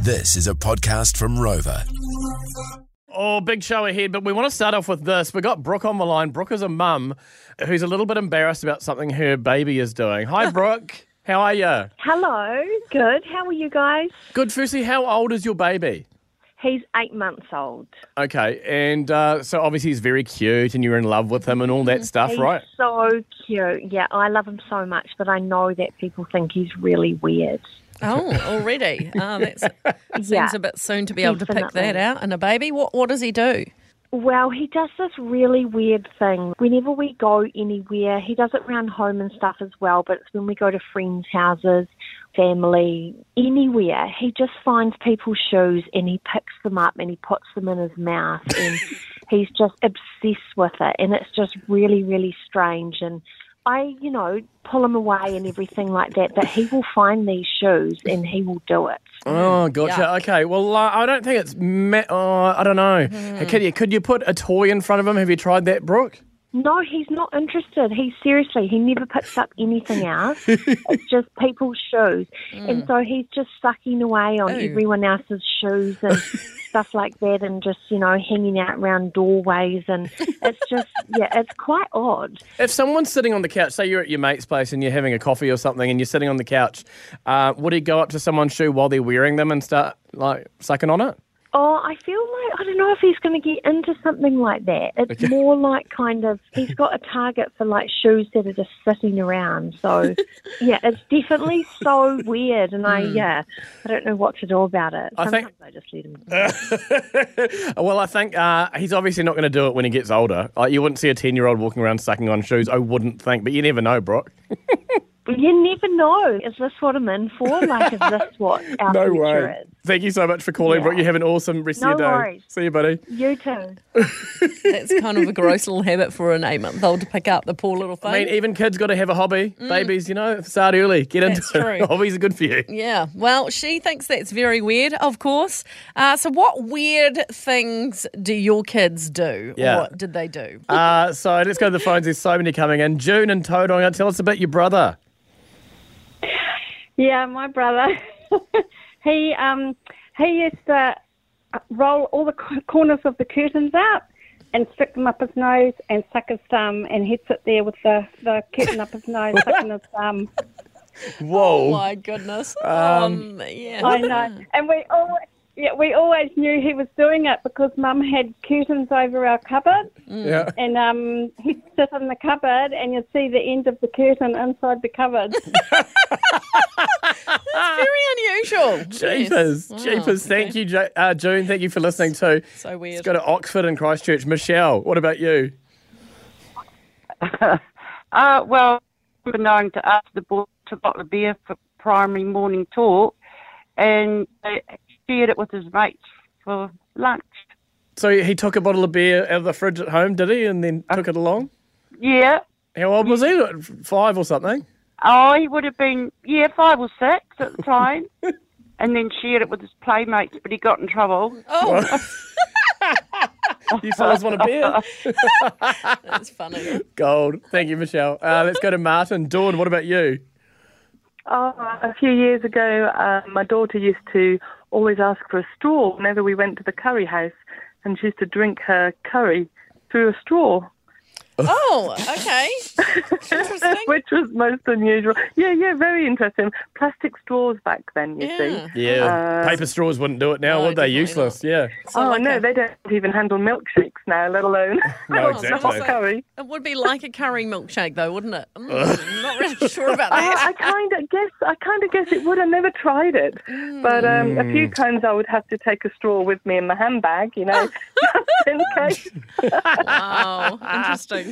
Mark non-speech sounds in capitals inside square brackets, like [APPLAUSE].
This is a podcast from Rover. Oh, big show ahead, but we want to start off with this. We got Brooke on the line. Brooke is a mum who's a little bit embarrassed about something her baby is doing. Hi, Brooke. how are you? Hello, good. How are you guys? Good. Firstly, how old is your baby? He's eight months old. Okay, and uh, so obviously he's very cute, and you're in love with him, and all that stuff, He's right? so cute. Yeah, I love him so much, but I know that people think he's really weird. [LAUGHS] Oh, already. Oh, that's seems Yeah. a bit soon to be able to pick that Definitely. out. And a baby, what what does he do? Well, he does this really weird thing. Whenever we go anywhere, he does it around home and stuff as well, but it's when we go to friends' houses, family, anywhere. He just finds people's shoes and he picks them up and he puts them in his mouth and he's just obsessed with it and it's just really, really strange and I, you know, pull him away and everything like that, but he will find these shoes and he will do it. Oh, gotcha. Yuck. Okay. Well, uh, I don't think it's. Ma- oh, I don't know. Could you could you put a toy in front of him? Have you tried that, Brooke? No, he's not interested. He seriously, he never picks up anything else. it's just people's shoes. And so he's just sucking away on Ew. everyone else's shoes and stuff like that and just, you know, hanging out around doorways and it's just yeah, it's quite odd. If someone's sitting on the couch, say you're at your mate's place and you're having a coffee or something, and you're sitting on the couch, uh, would he go up to someone's shoe while they're wearing them and start like sucking on it? [LAUGHS] Oh, I feel like I don't know if he's going to get into something like that. It's more like kind of he's got a target for like shoes that are just sitting around. [LAUGHS] So, yeah, it's definitely so weird, and I yeah, I don't know what to do about it. Hmm. I Sometimes I, think- just let him. well, I think uh, he's obviously not going to do it when he gets older. Like, you wouldn't see a 10 year old walking around sucking on shoes, I wouldn't think, but you never know, Brooke. you never know. Is this what I'm in for? Like, [LAUGHS] is this what our future is? Thank you so much for calling, Yeah. Brooke. You have an awesome rest No of your day. worries. See you, buddy. You too. That's kind of a gross little habit for an eight month old to pick up the poor little thing. I mean, even kids got to have a hobby. Mm. Babies, you know, start early. Get That's into it. true. [LAUGHS] Hobbies are good for you. yeah. Well, she thinks that's very weird, of course. Uh, so what weird things do your kids do? Yeah. What did they do? Uh, so let's go to the phones. There's so many coming in. June and Todonga, tell us about your brother. Yeah, my brother. [LAUGHS] he um he used to roll all the co- corners of the curtains out and stick them up his nose and suck his thumb, and he'd sit there with the the curtain up his nose, sucking his thumb. Oh Whoa. my goodness. Um, yeah. I know, and we all. Yeah, we always knew he was doing it because Mum had curtains over our cupboard, yeah. and um, he'd sit in the cupboard, and you'd see the end of the curtain inside the cupboard. It's very unusual. Jeepers. Yes. Wow. Jeepers. Thank you, Ju- uh, June. Thank you for listening too. So weird. Let's go to Oxford and Christchurch. Michelle, what about you? Uh, well, we're known to ask the boys to bottle of beer for primary morning talk, and they shared it with his mates for lunch. So he took a bottle of beer out of the fridge at home, did he? And then took it along? Yeah. How old was he? Five or something? Oh, he would have been, yeah, five or six at the time, and then shared it with his playmates, but he got in trouble. Oh, You fellas want a [LAUGHS] beer? that's funny. Gold. Thank you, Michelle. Uh, let's go to Martin. Dawn, what about you? Uh, a few years ago, uh, my daughter used to always ask for a straw whenever we went to the curry house, and she used to drink her curry through a straw, [LAUGHS] Oh, okay. [LAUGHS] Interesting. which was most unusual. Yeah, yeah, very interesting. Plastic straws back then, you Yeah. see. Yeah. Uh, Paper straws wouldn't do it now, No, would they? definitely Useless. Yeah. So oh like no, a- they don't even handle milkshakes now, let alone [LAUGHS] No, Oh, so the exactly. hot curry. It would be like a curry milkshake, though, wouldn't it? Mm, not really sure about I, [LAUGHS] that. [LAUGHS] I kind of guess I kind of guess it would. I never tried it, but um, a few times I would have to take a straw with [LAUGHS] me in my handbag, you know, just in case. Wow, Oh, interesting.